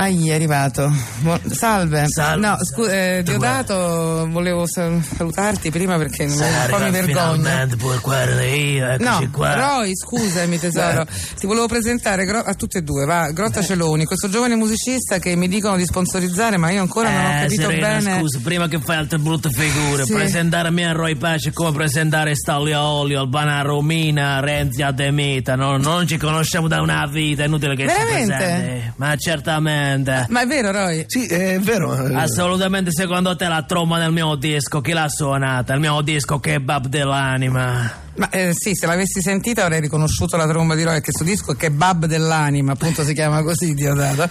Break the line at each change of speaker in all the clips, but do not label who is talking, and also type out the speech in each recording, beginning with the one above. Ahi, è arrivato. Buon- Salve.
Salve.
No, scusa, eh,
Tutto
Diodato, volevo sal- salutarti prima perché un po' mi
Arriva
vergogno.
finalmente puoi guardare io, eccoci
No,
qua.
Roy, scusami tesoro, ti volevo presentare gro- a tutti e due, va,
Eh.
Grotta Celoni, questo giovane musicista che mi dicono di sponsorizzare ma io ancora non ho
Eh,
capito
Serena,
bene.
scusa, prima che fai altre brutte figure,
Sì.
presentare me a Roy Pace è come presentare Stalli a Olio, Albana a Romina, Renzi a Demita, no? non ci conosciamo da una vita, è inutile che
Veramente?
si presenti. Ma certamente.
Ma è vero Roy?
Sì, è vero.
Ah, Assolutamente secondo te la tromba del mio disco, chi l'ha suonata? Il mio disco kebab dell'anima.
Ma eh, sì, se l'avessi sentita avrei riconosciuto la tromba di Roy, che sto disco è Kebab dell'anima, appunto si chiama così Diodato.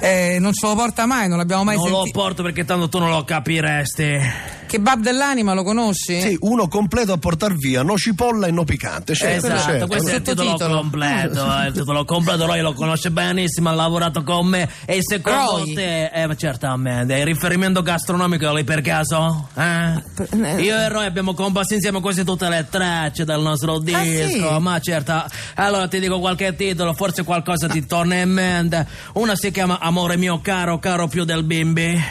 Eh, non ce lo porta mai, non l'abbiamo mai
non lo
sentito.
porto perché tanto tu non lo capiresti.
Kebab dell'anima lo conosci?
Sì, uno completo a portar via, no cipolla e no piccante. Certo,
Esatto,
certo.
questo è il titolo
sottotitolo.
completo. eh, Il titolo completo, Roy lo conosce benissimo, ha lavorato con me. E secondo
Roy?
te, eh, ma certamente, il riferimento gastronomico è lì per caso? Eh? Io e Roy abbiamo composto insieme quasi tutte le tracce del nostro disco.
sì?
Ma certo, allora ti dico qualche titolo, forse qualcosa ti torna in mente. Una si chiama Amore mio caro, caro più del bimbi.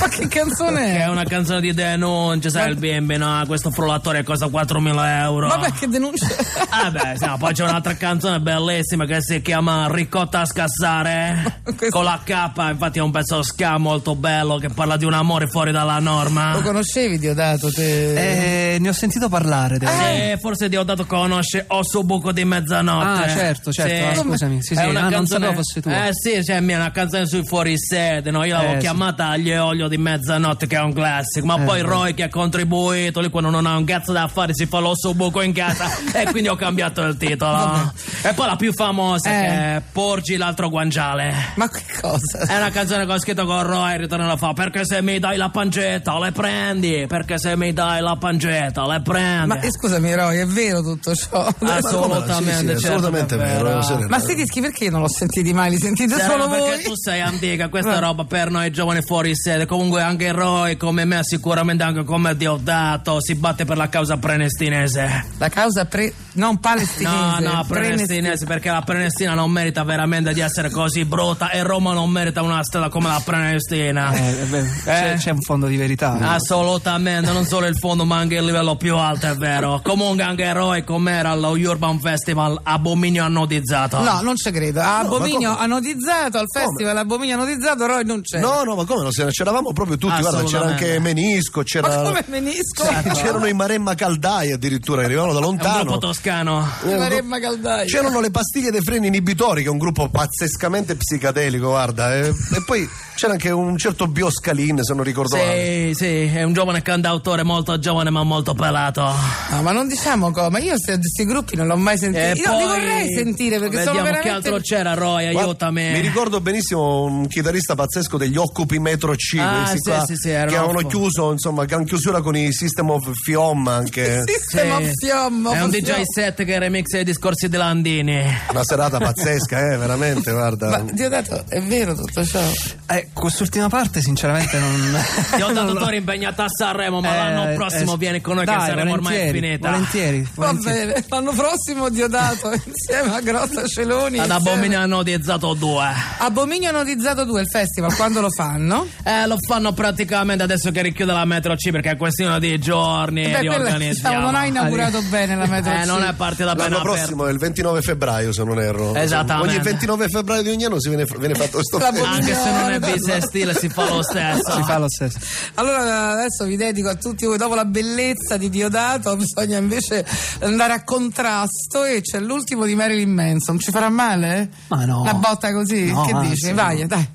Ma che canzone
Che
è?
è una canzone di denuncia, sai il bimbi, no? Questo frullatore costa 4.000 euro.
Vabbè che denuncia.
Ah beh, sì, no, poi c'è un'altra canzone bellissima che si chiama Ricotta a scassare
Questo-
con la K, infatti è un pezzo ska molto bello che parla di un amore fuori dalla norma.
Lo conoscevi Diodato te?
Eh, ne ho sentito parlare.
Ah,
devo dire.
Eh, forse Diodato conosce Osso Buco di Mezzanotte.
Ah, certo, certo. ah,
Sì.
scusami. Sì,
È
sì.
una
Ah, non
canzone-
sapevo fosse tua.
Eh sì, cioè, mia, è una canzone sui fuorisede, no? Io l'avevo
Eh, sì. Eh,
chiamata Aglio e Olio di Mezzanotte, che è un classico, ma poi Roy che ha contribuito, lì quando non ha un cazzo da fare si fa l'osso buco in casa e quindi ho cambiato il titolo. e poi la più famosa
Eh.
che è Porgi l'altro guanciale.
Ma che cosa?
Eh,
È una canzone che ho scritto con Roy, ritorno la fa, perché se mi dai la pancetta le prendi, perché se mi dai la pancetta le prendi.
Ma eh, scusami Roy, è vero tutto ciò?
Ah,
Assolutamente,
Sì, sì, assolutamente
certo,
vero,
davvero.
Serena.
Ma sti dischi perché non l'ho sentiti mai? Li sentite
Serena,
solo voi?
perché tu sei antica, questa è roba per noi giovani fuori sede. Comunque anche Roy, come me, sicuramente anche come Diodato, si batte per la causa prenestinese.
La causa pre... non
No,
palestinese.
no, prenestinese, perché la prenestina non merita veramente di essere così brutta e Roma non merita una strada come la prenestina.
Eh, beh, c'è,
Eh?
c'è un fondo di verità.
Assolutamente, non solo il fondo ma anche il livello più alto, è vero. Comunque anche Roy, com'era allo Urban Festival, abominio annodizzato.
No, non ci credo. A
ma
Abominio
come?
anodizzato, al festival Abominio anodizzato, Roy non c'è.
No, no, ma come no? Se ne- C'eravamo proprio tutti, guarda, c'era
Assolutamente.
anche Menisco,
Ma
c'era...
come menisco?
C'erano i Maremma Caldai addirittura, che arrivavano da
È un gruppo
lontano.
toscano.
Ti Maremma Caldaia.
C'erano le pastiglie dei freni inibitori, che è un gruppo pazzescamente psicadelico, guarda. E, e poi c'era anche un certo Bioscalin, se non ricordo
Sì,
male.
sì, è un giovane cantautore molto giovane ma molto pelato.
No, ma non diciamo come, io se- questi gruppi non l'ho mai sentito.
E
io
Eh, poi
li vorrei sentire perché
vediamo
sono veramente...
che altro c'era Roy,
Guarda,
aiutami.
Mi ricordo benissimo un chitarrista pazzesco degli Occupi Metro C,
Ah,
questi
sì,
qua,
sì, sì,
che
erano-
avevano chiuso, insomma, che hanno chiusura con i System of Fiom anche.
Sì.
Sistema fiamma.
È un
fiamma.
DJ set che remixa i discorsi di Landini.
Una serata pazzesca, eh, veramente, guarda.
Ma Diodato, è vero tutto ciò?
Eh, quest'ultima parte, sinceramente, non.
Ti ho
non
dato
l'ho-
Tori impegnata a Sanremo, ma
Eh,
l'anno prossimo
eh,
vieni con noi che
dai,
saremo ormai
volentieri,
finita.
Volentieri,
Va
volentieri.
bene, l'anno prossimo Diodato insieme a Grotta Celoni.
Ad
insieme-
Abominio hanno dizzato due.
Abominio anodizzato 2 il festival, quando lo fanno?
Eh, lo fanno praticamente adesso che richiude la metro C perché è questione di giorni.
Beh, quella-
riorganizziamo.
diciamo, non ha inaugurato bene la metro
eh,
C.
non è partita bene
L'anno prossimo è il 29 febbraio, se non erro.
Esattamente.
Ogni 29 febbraio di ogni anno si viene, viene fatto questo
La
festival.
Anche se non è bisestile si fa lo stesso.
Si fa lo stesso.
Allora adesso vi dedico a tutti voi, dopo la bellezza di Diodato bisogna invece andare a contrasto e c'è l'ultimo di Marilyn Manson, ci farà male?
Ma no.
Una botta così?
No,
che
anzi,
dici?
no.
Vai, dai.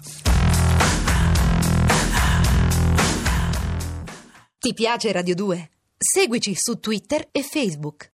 Ti piace Radio 2? Seguici su Twitter e Facebook.